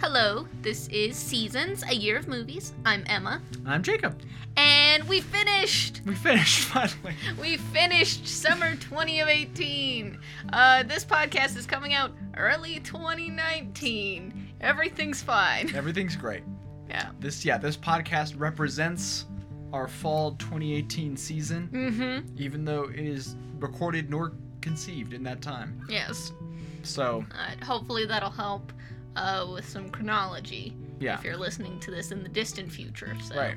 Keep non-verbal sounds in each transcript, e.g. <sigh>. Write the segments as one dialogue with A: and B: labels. A: Hello, this is Seasons, A Year of Movies. I'm Emma,
B: I'm Jacob.
A: and we finished!
B: We finished <laughs> finally.
A: We finished summer 20 of 18. Uh, this podcast is coming out early 2019. Everything's fine.
B: Everything's great.
A: Yeah.
B: This yeah, this podcast represents our fall 2018 season,
A: Mm hmm.
B: even though it is recorded nor conceived in that time.
A: Yes.
B: So
A: Uh, hopefully that'll help uh, with some chronology
B: yeah,
A: if you're listening to this in the distant future. So.
B: right.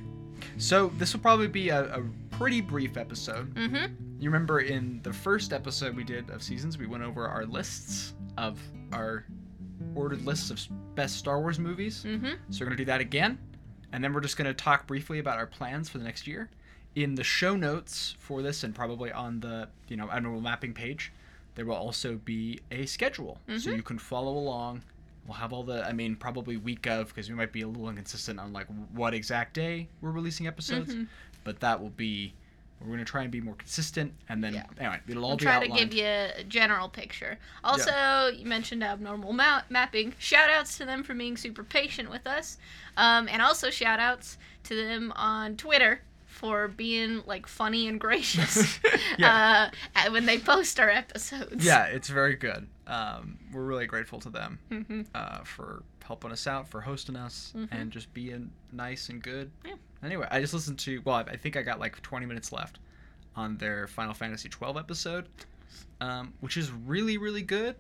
B: So this will probably be a, a pretty brief episode.
A: Mm hmm.
B: You remember in the first episode we did of seasons, we went over our lists of our ordered lists of s- best Star Wars movies.
A: Mm hmm.
B: So we're going to do that again. And then we're just going to talk briefly about our plans for the next year. In the show notes for this and probably on the, you know, Admiral mapping page, there will also be a schedule. So
A: Mm-hmm.
B: you can follow along. We'll have all the, I mean, probably week of, because we might be a little inconsistent on like what exact day we're releasing episodes.
A: Mm-hmm.
B: But that will be, we're going to try and be more consistent. And then,
A: Yeah.
B: anyway, it'll all
A: I'll
B: be
A: try
B: outlined.
A: to give you a general picture. Also, you mentioned abnormal ma- mapping. Shout outs to them for being super patient with us. Um, and also shout outs to them on Twitter for being like funny and gracious
B: <laughs> Yeah.
A: uh, at- when they post our episodes. <laughs>
B: yeah, it's very good. Um, we're really grateful to them.
A: hmm
B: uh, for helping us out, for hosting us,
A: Mhm.
B: and just being nice and good.
A: Yeah.
B: Anyway, I just listened to. Well, I, I think I got like 20 minutes left on their Final Fantasy 12 episode, um, which is really, really good.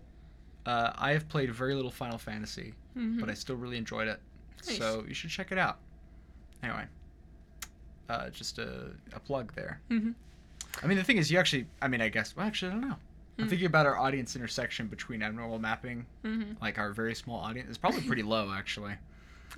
B: Uh, I have played very little Final Fantasy,
A: hmm
B: but I still really enjoyed it.
A: Nice.
B: So you should check it out. Anyway, uh, just a, a plug there.
A: Mhm.
B: I mean, the thing is, you actually. I mean, I guess. Well, actually, I don't know. I'm
A: Mm.
B: thinking about our audience intersection between abnormal mapping
A: Mhm.
B: like our very small audience. It's probably pretty low actually.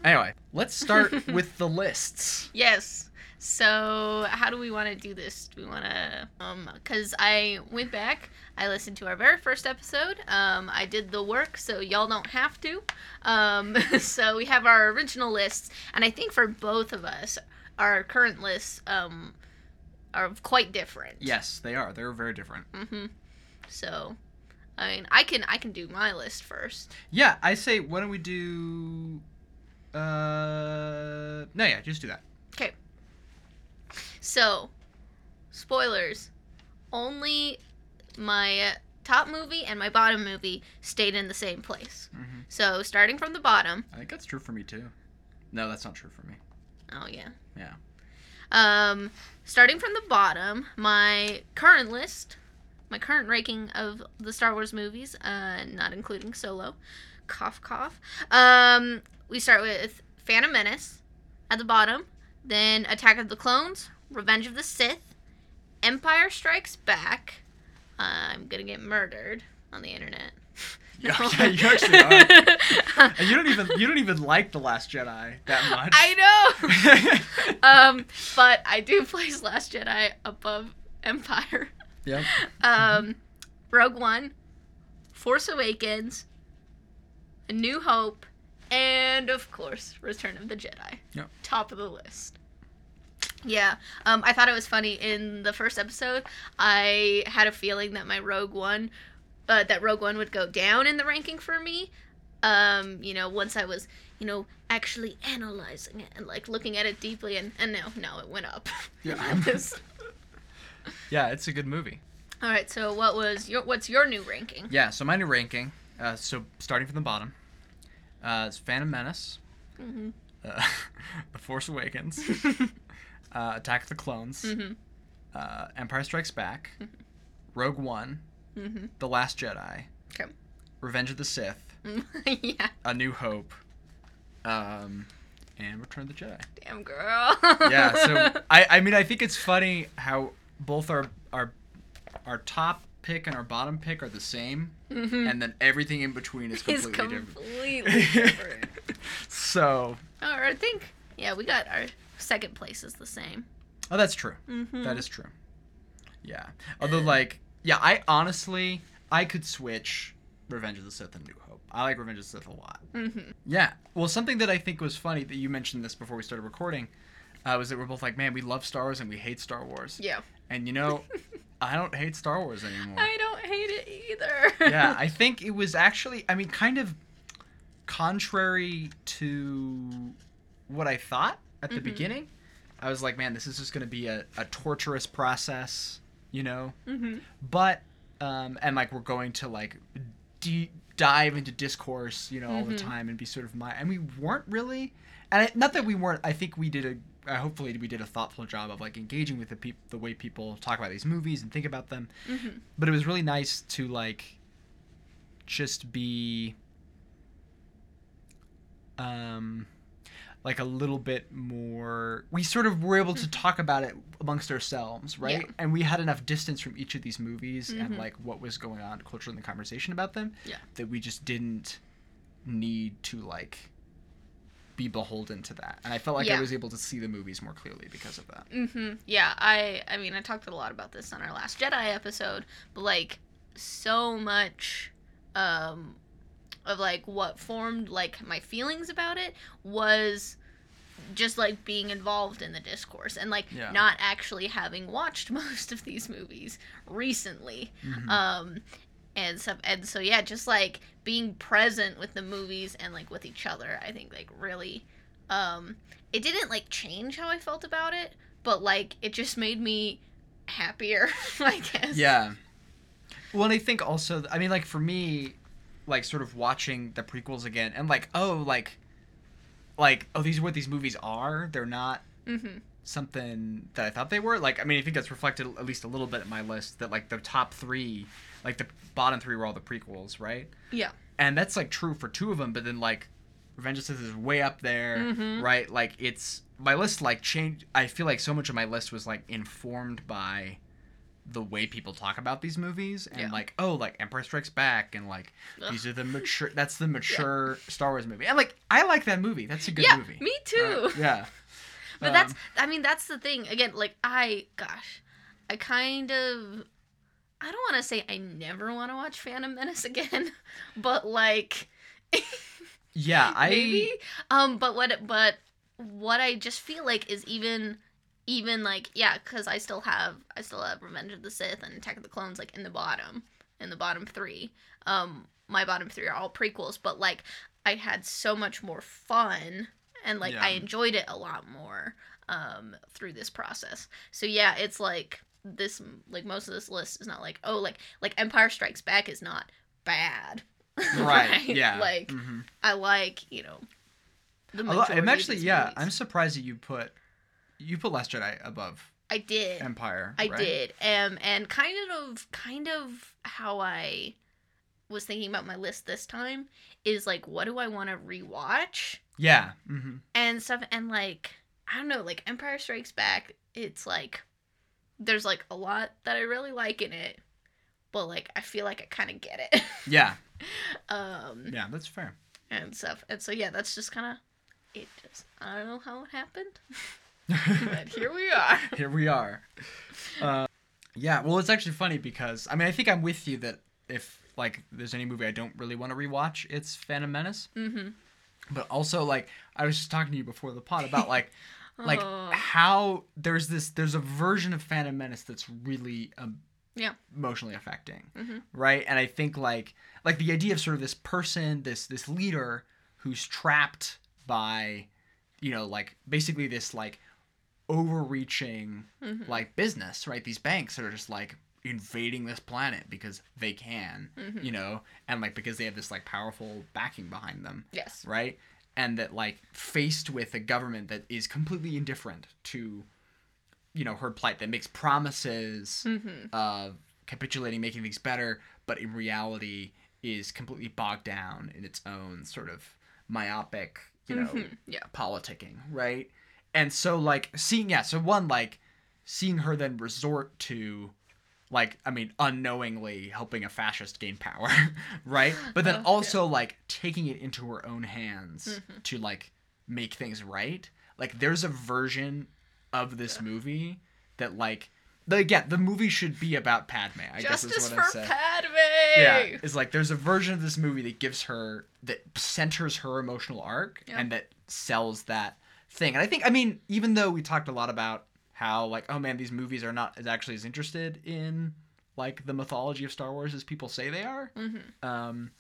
B: Anyway, let's <laughs> start with the lists.
A: Yes. So, how do we want to do this? Do we want to? Um, because I went back, I listened to our very first episode. Um, I did the work, so y'all don't have to. Um, <laughs> so we have our original lists, and I think for both of us, our current lists um are quite different.
B: Yes, they are. They're very different.
A: Mm-hmm. So, I mean, I can I can do my list first.
B: Yeah, I say why don't we do uh no yeah, just do that.
A: Okay. So, spoilers. Only my top movie and my bottom movie stayed in the same place.
B: Mhm.
A: So, starting from the bottom.
B: I think that's true for me too. No, that's not true for me.
A: Oh, yeah.
B: Yeah.
A: Um, starting from the bottom, my current list, my current ranking of the Star Wars movies, uh, not including Solo, cough cough. Um, we start with Phantom Menace at the bottom, then Attack of the Clones, Revenge of the Sith, Empire Strikes Back. I'm gonna get murdered on the internet.
B: Yeah,
A: <laughs>
B: yeah, you actually are. And you don't even you don't even like the last Jedi <laughs> that much.
A: I know. um, but I do <laughs> place Last Jedi above Empire.
B: yep.
A: Um, Rogue One, Force Awakens, A New Hope, and of course Return of the Jedi.
B: Yep.
A: Top of the list. Yeah, um, I thought it was funny in the first episode. I had a feeling that my Rogue One, uh, that Rogue One would go down in the ranking for me. Um, you know, once I was, you know, actually analyzing it and like looking at it deeply, and and no, no, it went up. <laughs>
B: Yeah.
A: This-
B: Yeah, it's a good movie.
A: All right, so what was your what's your new ranking?
B: Yeah, so my new ranking, uh, so starting from the bottom, uh, is Phantom Menace,
A: Mhm.
B: uh, <laughs> The Force Awakens, uh, Attack of the Clones,
A: Mhm.
B: uh, Empire Strikes Back, Rogue One,
A: <laughs> Mm-hmm. <laughs>
B: The Last Jedi,
A: Okay.
B: Revenge of the Sith,
A: yeah,
B: A New Hope, um, and Return of the Jedi.
A: damn girl.
B: Yeah,
A: <laughs>
B: so I, I mean I think it's funny how both our our our top pick and our bottom pick are the same,
A: Mhm.
B: and then everything in between is
A: It's
B: completely different.
A: completely different.
B: So,
A: or I think yeah, we got our second place is the same.
B: oh, that's true.
A: Mm-hmm.
B: That is true. Yeah. Although, like, yeah, I honestly, I could switch Revenge of the Sith and New Hope. I like Revenge of the Sith a lot.
A: Mm-hmm.
B: Yeah. Well, something that I think was funny that you mentioned this before we started recording uh, was that we're both like, man, we love Star Wars and we hate Star Wars.
A: Yeah,
B: And you know, I don't hate Star
A: <laughs>
B: Wars anymore.
A: I don't hate it either.
B: yeah, I think it was actually, I mean, kind of contrary to what I thought at the
A: Mhm.
B: beginning, I was like, man, this is just going to be a, a torturous process, you know?
A: <laughs> Mm-hmm.
B: But, um, and like, we're going to like de- dive into discourse, you know, all the
A: Mhm.
B: time and be sort of my, and we weren't really, and it, not that we weren't, I think we did a, uh, hopefully we did a thoughtful job of like engaging with the people, the way people talk about these movies and think about them
A: Mm-hmm.
B: but it was really nice to like just be um like a little bit more we sort of were able to talk about it amongst ourselves right
A: Hmm. Yeah.
B: and we had enough distance from each of these movies and
A: Mhm.
B: like what was going on culturally in the conversation about them
A: Yeah.
B: that we just didn't need to like be beholden to that and i felt like i
A: Yeah.
B: was able to see the movies more clearly because of that
A: Mm-hmm. Yeah, I I mean I talked a lot about this on our last Jedi episode, but like so much um of like what formed like my feelings about it was just like being involved in the discourse and like
B: Yeah.
A: not actually having watched <laughs> most of these movies recently.
B: Mhm.
A: Um and stuff and so yeah, just like being present with the movies and like with each other, I think like really um it didn't like change how I felt about it, but like it just made me happier, <laughs> I guess.
B: Yeah. Well, and I think also, I mean, like for me, like sort of watching the prequels again, and like, oh, like, like, oh, these are what these movies are. They're not
A: Mhm.
B: something that I thought they were. Like, I mean, I think that's reflected at least a little bit in my list that like the top three, like the bottom three were all the prequels, right?
A: Yeah.
B: And that's like true for two of them, but then like, Revenge of the Sith is way up there,
A: Mhm.
B: right? Like, it's my list like changed. I feel like so much of my list was like informed by the way people talk about these movies and
A: Yeah.
B: like oh like empire strikes back and like
A: Ugh.
B: these are the mature that's
A: <laughs>
B: the mature star wars movie and like i like that movie that's a good
A: yeah,
B: movie
A: me too.
B: Right? yeah
A: <laughs> But that's
B: Um,
A: I mean that's the thing. Again, like I gosh, I kind of I don't want to say I never want to watch Phantom Menace <laughs> again, but like <laughs>
B: yeah i
A: maybe um but what but what I just feel like is even even like yeah, cuz I still have I still have Revenge of the Sith and Attack of the Clones like in the bottom, in the bottom 3. Um my bottom 3 are all prequels, but like I had so much more fun and like I
B: Yeah.
A: enjoyed it a lot more um through this process. So yeah, it's like this like most of this list is not like oh like like Empire Strikes Back is not bad.
B: <laughs>
A: <laughs>
B: right, yeah
A: Like
B: mhm.
A: I like, you know, the
B: Although,
A: majority
B: i'm
A: of
B: actually
A: these
B: yeah i'm
A: movies.
B: surprised that you put you put last jedi above
A: I did.
B: empire
A: I
B: right?
A: did. Um and kind of kind of how I was thinking about my list this time is like what do I want to rewatch
B: yeah hmm
A: and stuff and like I don't know, like Empire Strikes Back, it's like there's like a lot that I really like in it, but like I feel like I kind of get it. <laughs>
B: yeah
A: um
B: yeah that's fair
A: and stuff. And so yeah, that's just kind of it just I don't know how it happened, but here we are.
B: <laughs> here we are. Uh, yeah, well, it's actually funny because I mean, I think I'm with you that if like there's any movie I don't really want to rewatch, it's Phantom Menace.
A: Mm-hmm.
B: But also, like I was just talking to you before the pod about <laughs> like like how there's this there's a version of Phantom Menace that's really um,
A: Yeah.
B: emotionally affecting,
A: Mhm.
B: right? And I think like like the idea of sort of this person, this this leader who's trapped by, you know, like basically this like overreaching
A: Mhm.
B: like business, right? These banks that are just like invading this planet because they can,
A: Mhm.
B: you know, and like because they have this like powerful backing behind them
A: yes.
B: right? And that like faced with a government that is completely indifferent to, you know, her plight that makes promises
A: Mm-hmm.
B: of capitulating, making things better, but in reality is completely bogged down in its own sort of myopic, you know,
A: Yeah.
B: politicking, right? And so like seeing yeah, so one like seeing her then resort to like I mean unknowingly helping a fascist gain power, <laughs> right? But then
A: Oh, yeah.
B: also like taking it into her own hands
A: Mhm.
B: to like make things right. Like there's a version of this movie that like the yeah, the movie should be about Padme, I guess
A: Justice
B: is
A: for
B: what I said.
A: Padme.
B: Yeah, it's like there's a version of this movie that gives her that centers her emotional arc
A: Yeah.
B: and that sells that thing. And I think I mean even though we talked a lot about how like oh man these movies are not as actually as
A: Mm-hmm.
B: interested in like the mythology of Star Wars as people say they are,
A: Mhm.
B: um,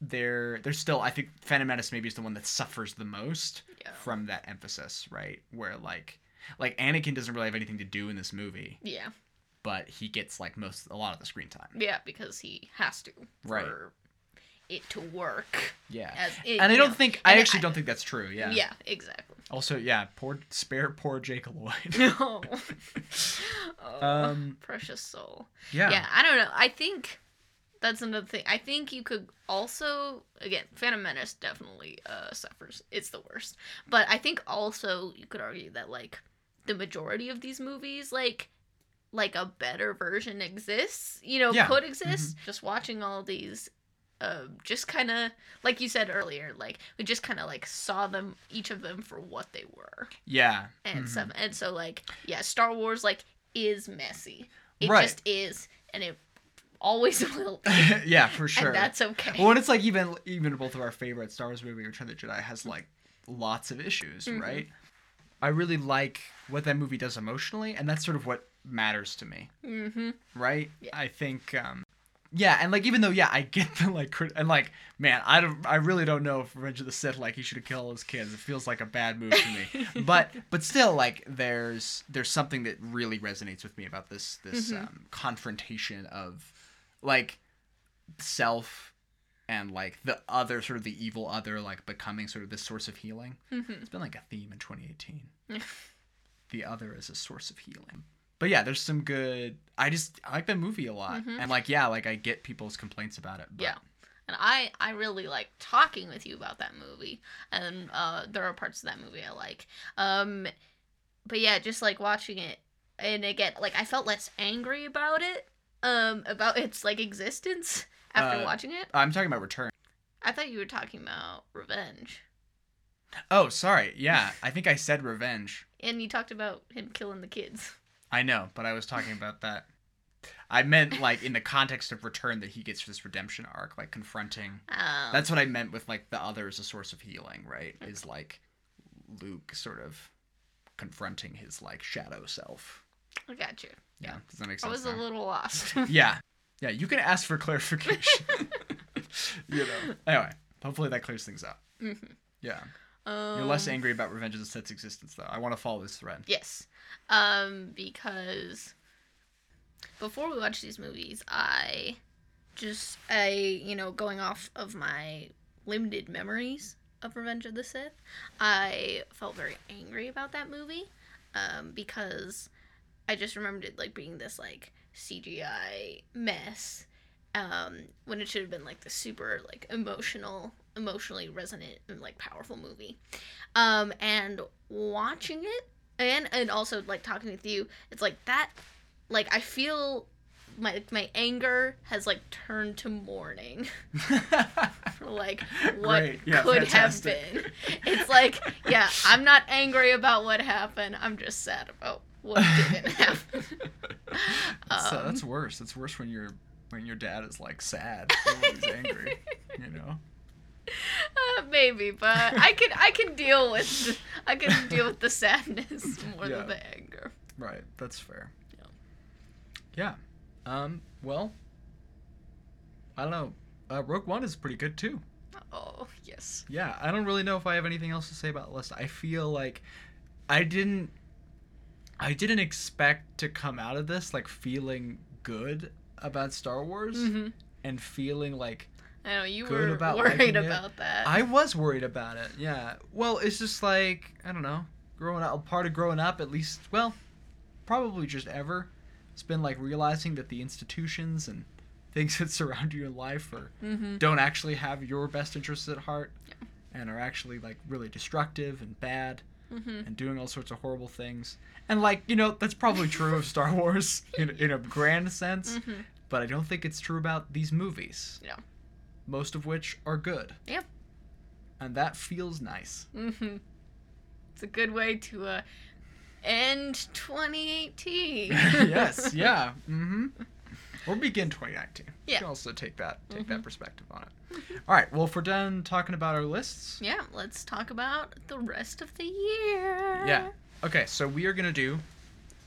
B: there there's still I think Phantom Menace maybe is the one that suffers the most
A: Yeah.
B: from that emphasis, right? Where like like Anakin doesn't really have anything to do in this movie,
A: Yeah.
B: but he gets like most a lot of the screen time.
A: Yeah, because he has to
B: Right.
A: for it to work.
B: Yeah.
A: As it,
B: and I
A: you
B: don't
A: know.
B: think
A: and
B: I
A: I-
B: actually don't think that's true. Yeah.
A: Yeah, exactly. <laughs>
B: Also, yeah, poor spare poor Jake Lloyd. <laughs>
A: No. oh,
B: Um,
A: precious soul.
B: yeah.
A: yeah, I don't know. I think that's another thing. I think you could also again, Phantom Menace definitely uh, suffers. It's the worst. But I think also you could argue that like the majority of these movies, like like a better version exists, you know,
B: Yeah. Mm-hmm.
A: could exist. Just watching all these uh, just kind of like you said earlier, like we just kind of like saw them each of them for what they were
B: Yeah.
A: and
B: Mhm.
A: some and so like yeah star wars like is messy it
B: Right.
A: just is and it always <laughs> will be,
B: <laughs> yeah, for sure.
A: and that's okay
B: Well, and it's like even even both of our favorite Star Wars movie, Return of the Jedi, has like lots of issues,
A: Mhm.
B: right? I really like what that movie does emotionally, and that's sort of what matters to me,
A: <laughs> mm-hmm.
B: right?
A: Yeah.
B: I think, um, yeah, and like even though yeah, I get the like crit- and like man, I don't, I really don't know if Revenge of the Sith like he should have killed all his kids. It feels like a bad move to me, but but still like there's there's something that really resonates with me about this this
A: Mhm.
B: um, confrontation of like self and like the other sort of the evil other like becoming sort of this source of healing
A: Mm-hmm.
B: it's been like a theme
A: <laughs>
B: in 2018
A: Yeah.
B: the other is a source of healing but yeah there's some good i just i like that movie a lot
A: Mhm.
B: and like yeah like i get people's complaints about it but
A: yeah and i i really like talking with you about that movie and uh there are parts of that movie i like um but yeah just like watching it and again like i felt less angry about it um about <laughs> its like existence after
B: Uh,
A: watching it
B: i'm talking about return
A: i thought you were talking about revenge
B: oh sorry yeah i think i said revenge
A: and you talked about him killing the kids
B: i know but i was talking
A: <laughs>
B: about that i meant like in the context of return that he gets this redemption arc like confronting
A: Um,
B: That's what I meant with like the other is a source of healing, right?
A: Mm-hmm.
B: Is like Luke sort of confronting his like shadow self.
A: I got you.
B: Yeah. Does that make
A: I
B: sense?
A: was a
B: now?
A: little lost.
B: Yeah. Yeah, you can ask for
A: <laughs>
B: clarification. you know. Anyway, hopefully that clears things up.
A: Mhm.
B: Yeah.
A: um,
B: You're less angry about Revenge of the Sith's existence though. I want to follow this thread. <laughs>
A: Yes, um, because before we watch these movies, I just I you know going off of my limited memories of Revenge of the Sith, I felt very angry about that movie, um, because I just remembered it like being this like CGI mess, um, when it should have been like the super like emotional, emotionally resonant and like powerful movie, um, and watching it and and also like talking with you, it's like that, like I feel my my anger has like turned to mourning <laughs>
B: uh,
A: for like what
B: Great. Yeah,
A: could
B: fantastic.
A: have been. It's like yeah, I'm not angry about what happened. I'm just sad about
B: <laughs>
A: what didn't happen.
B: so
A: Um,
B: that's worse. That's worse when your when your dad is like sad and when he's
A: <laughs>
B: angry, you know.
A: Uh, maybe, but I can I can deal with I can deal with the sadness more
B: Yeah.
A: than the anger.
B: Right, that's fair.
A: Yeah.
B: Yeah. Um, well, I don't know. Uh, Rogue One is pretty good too.
A: Oh yes.
B: Yeah, I don't really know if I have anything else to say about the list. I feel like I didn't I didn't expect to come out of this like feeling good about Star Wars
A: hmm
B: and feeling like
A: I know you
B: Good
A: were
B: about
A: worried
B: liking it.
A: about that.
B: I was worried about it. Yeah. Well, it's just like I don't know. Growing up, part of growing up, at least. Well, probably just ever. It's been like realizing that the institutions and things <laughs> that surround you in life are
A: mm-hmm.
B: don't actually have your best interests at heart, and are actually like really destructive and bad
A: Mm-hmm.
B: and doing all sorts of horrible things. And like you know, that's probably true of Star Wars <laughs> in, in a grand sense,
A: Mm-hmm.
B: but I don't think it's true about these movies.
A: No.
B: Most of which are good.
A: Yep.
B: And that
A: <laughs>
B: feels nice.
A: Mm-hmm. It's a good way to uh, end 2018. <laughs>
B: <laughs> yes. Yeah. Mm-hmm. Or begin 2019. You
A: Yeah. Mm-hmm.
B: can also take that take that perspective on it. All right. Well, if we're done talking about our lists,
A: Yeah, let's talk about the rest of the year.
B: yeah. Okay. So we are gonna do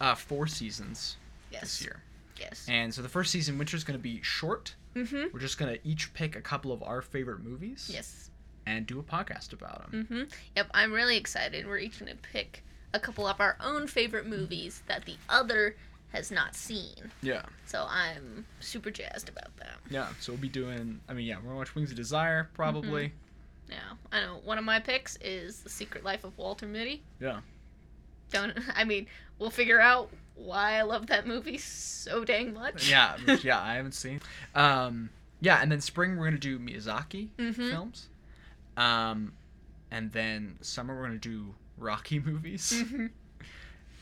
B: uh, four seasons
A: Yes.
B: this year.
A: Yes.
B: And so the first season, Winter's going to be short.
A: Mm-hmm.
B: We're just going to each pick a couple of our favorite movies
A: Yes.
B: and do a podcast about them.
A: Mm-hmm. Yep. I'm really excited. We're each gonna pick a couple of our own favorite movies that the other has not seen.
B: Yeah.
A: So I'm super jazzed about that.
B: Yeah. So we'll be doing, I mean, yeah, we're going to watch Wings of Desire
A: Mm-hmm. <laughs>
B: probably.
A: Now, I know one of my picks is The Secret Life of Walter Mitty.
B: Yeah.
A: Don't <laughs> I mean, we'll figure out why I love that movie so dang much. <laughs>
B: Yeah. which, yeah. I haven't seen. Um, yeah. And then spring, we're going to do Miyazaki <laughs>
A: Mhm.
B: films. Um, and then summer, we're going to do Rocky <laughs> movies.
A: Mhm.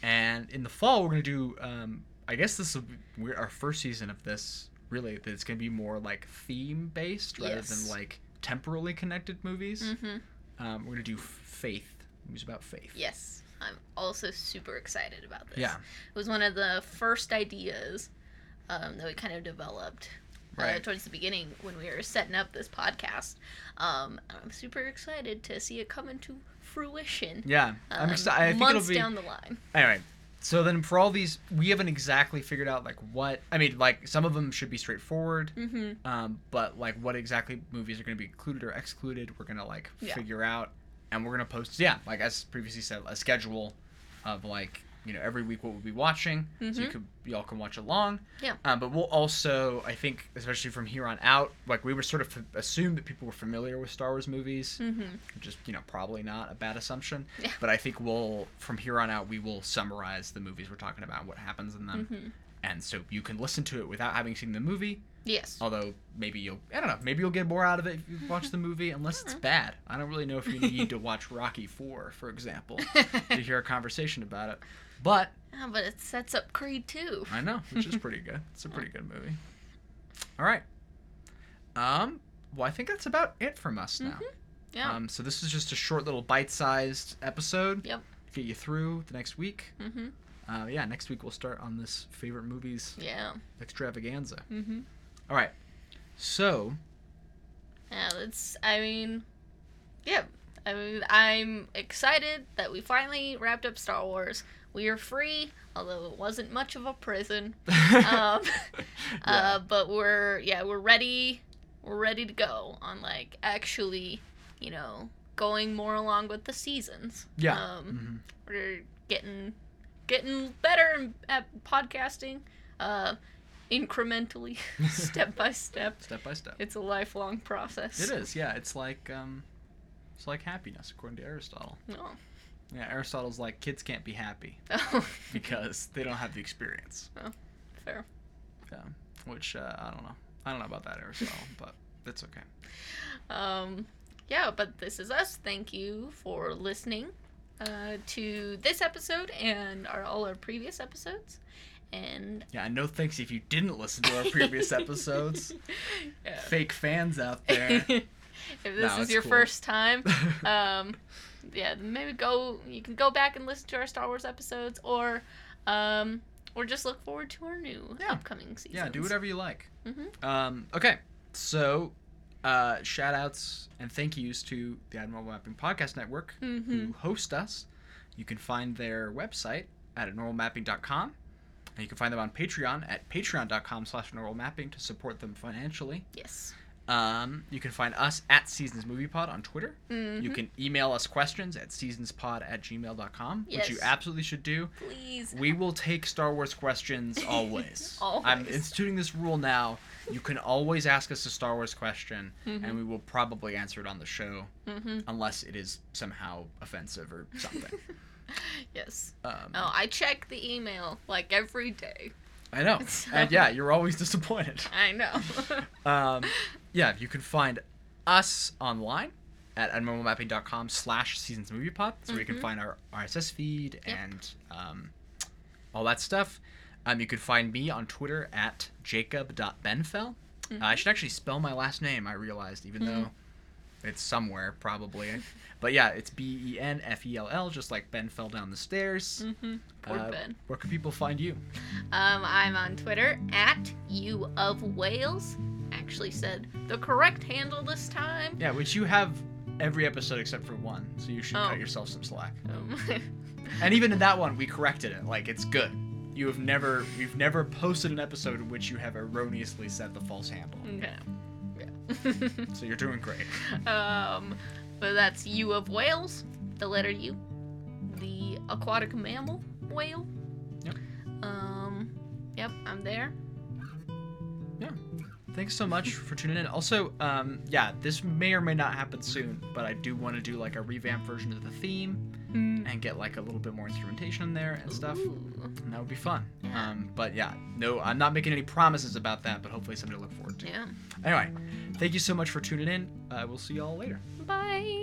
B: And in the fall, we're gonna do. Um, I guess this will be we're, our first season of this. Really, that it's gonna be more like theme based rather
A: Yes.
B: than like temporally connected movies.
A: Mhm.
B: Um, we're gonna do f- faith movies about faith.
A: Yes. I'm also super excited about this.
B: Yeah.
A: It was one of the first ideas um, that we kind of developed uh,
B: Right.
A: towards the beginning when we were setting up this podcast. Um, and I'm super excited to see it come into fruition.
B: Yeah, I'm
A: um,
B: excited. I think
A: months
B: it'll be
A: down the line.
B: anyway. So then, for all these, we haven't exactly figured out like what I mean. Like some of them should be straightforward,
A: Mm-hmm.
B: um, but like what exactly movies are going to be included or excluded we're going to like
A: Yeah.
B: figure out and we're going to post yeah like as previously said a schedule of like you know every week what we'll be watching so you
A: Mhm.
B: could y'all can watch along
A: Yeah.
B: um, but we'll also i think especially from here on out like we were sort of f- assumed that people were familiar with star wars movies
A: Mm-hmm.
B: which is you know probably not a bad assumption
A: Yeah.
B: but i think we'll from here on out we will summarize the movies we're talking about what happens in them
A: Mhm.
B: and so you can listen to it without having seen the movie
A: Yes. <laughs>
B: Although maybe you'll I don't know, maybe you'll get more out of it if you watch the movie unless it's bad. I don't really know if you need to watch Rocky 4 for example to hear a conversation about it. But
A: Yeah, Ah, but it sets up Creed too.
B: I know, which is pretty good. It's a pretty good movie. All right. Um well, I think that's about it from us now.
A: Mhm. Yeah.
B: Um, so this is just a short little bite-sized episode.
A: Yep.
B: Get you through the next week.
A: mm-hmm.
B: Uh, yeah, next week we'll start on this favorite movies
A: Yeah.
B: extravaganza.
A: Mm-hmm.
B: All right. So
A: Yeah, that's. I mean, yeah. I mean, I'm excited that we finally wrapped up Star Wars. We are free, although it wasn't much of a
B: <laughs>
A: prison. Um,
B: Yeah.
A: uh, but we're yeah, we're ready. We're ready to go on like actually, you know, going more along with the seasons.
B: Yeah.
A: Um,
B: Mhm.
A: we're getting getting better at podcasting, uh, incrementally, <laughs> step by step.
B: Step by step.
A: It's a lifelong process.
B: It is, yeah. It's like um, it's like happiness according to Aristotle.
A: No. <laughs>
B: Yeah, Aristotle's like kids can't be happy
A: Oh,
B: because they don't have the experience.
A: fair.
B: Yeah, which uh, I don't know. I don't know about that Aristotle, but that's okay.
A: Um, yeah, but this is us. Thank you for listening uh, to this episode and our all our previous episodes. And
B: Yeah, and no thanks if you didn't listen to our
A: <laughs>
B: previous episodes.
A: Yeah.
B: Fake fans out there.
A: <laughs> if this
B: No,
A: is
B: it's
A: your
B: cool.
A: first
B: <laughs>
A: time, um, yeah, maybe go. You can go back and listen to our Star Wars episodes, or um, or just look forward to our new
B: Yeah.
A: upcoming season.
B: yeah, do whatever you like.
A: Mhm.
B: Um, okay, so uh, shout outs and thank yous to the Admiral Mapping Podcast Network.
A: Mm-hmm.
B: who host us. You can find their website at normalmapping.com. And you can find them on Patreon at patreon.com slash normalmapping to support them financially.
A: Yes.
B: Um, you can find us at Seasons Movie Pod on Twitter.
A: Mm-hmm.
B: You can email us questions at seasonspod at gmail.com, which you
A: Yes.
B: absolutely should do.
A: Please.
B: We will take Star Wars questions always. I'm
A: Always.
B: instituting this rule now. You can always ask us a Star Wars question,
A: Mhm.
B: and we will probably answer it on the show
A: Mm-hmm.
B: unless it is somehow offensive or something.
A: Yes.
B: Um,
A: Oh, I check the email like every day.
B: I know.
A: So-
B: And yeah, you're always disappointed.
A: I
B: <laughs>
A: know.
B: Um, yeah, you can find us online at abnormalmapping.com slash seasons movie pod so you can
A: Mhm.
B: find our rss feed
A: Yep.
B: and um, all that stuff um, you can find me on twitter at jacob.benfell uh,
A: Mm-hmm.
B: i should actually spell my last name i realized even
A: Mhm.
B: though it's somewhere probably but yeah it's E b-e-n-f-e-l-l just like ben fell down the stairs
A: hmm Poor
B: Uh,
A: Ben.
B: where can people find you
A: Um, I'm on Twitter at you of Wales. Actually said the correct handle this time.
B: Yeah, which you have every episode except for one, so you should
A: Oh.
B: cut yourself some slack.
A: Um, <laughs>
B: And even in that one, we corrected it. Like it's good. you have never you've never posted an episode in which you have erroneously set the false handle.
A: Okay. Yeah. <laughs>
B: So you're doing great.
A: um, but that's U of Wales, the letter U, the aquatic mammal whale.
B: Yep.
A: Um, yep, I'm there.
B: Thanks so much for tuning in. Also, um, yeah, this may or may not happen soon, but I do want to do like a revamped version of the theme and get like a little bit more instrumentation in there and stuff.
A: Ooh,
B: And that would be fun.
A: Yeah.
B: Um, but yeah, no, I'm not making any promises about that, but hopefully something to look forward to.
A: yeah.
B: Anyway, thank you so much for tuning in. Uh, we'll see y'all later.
A: Bye.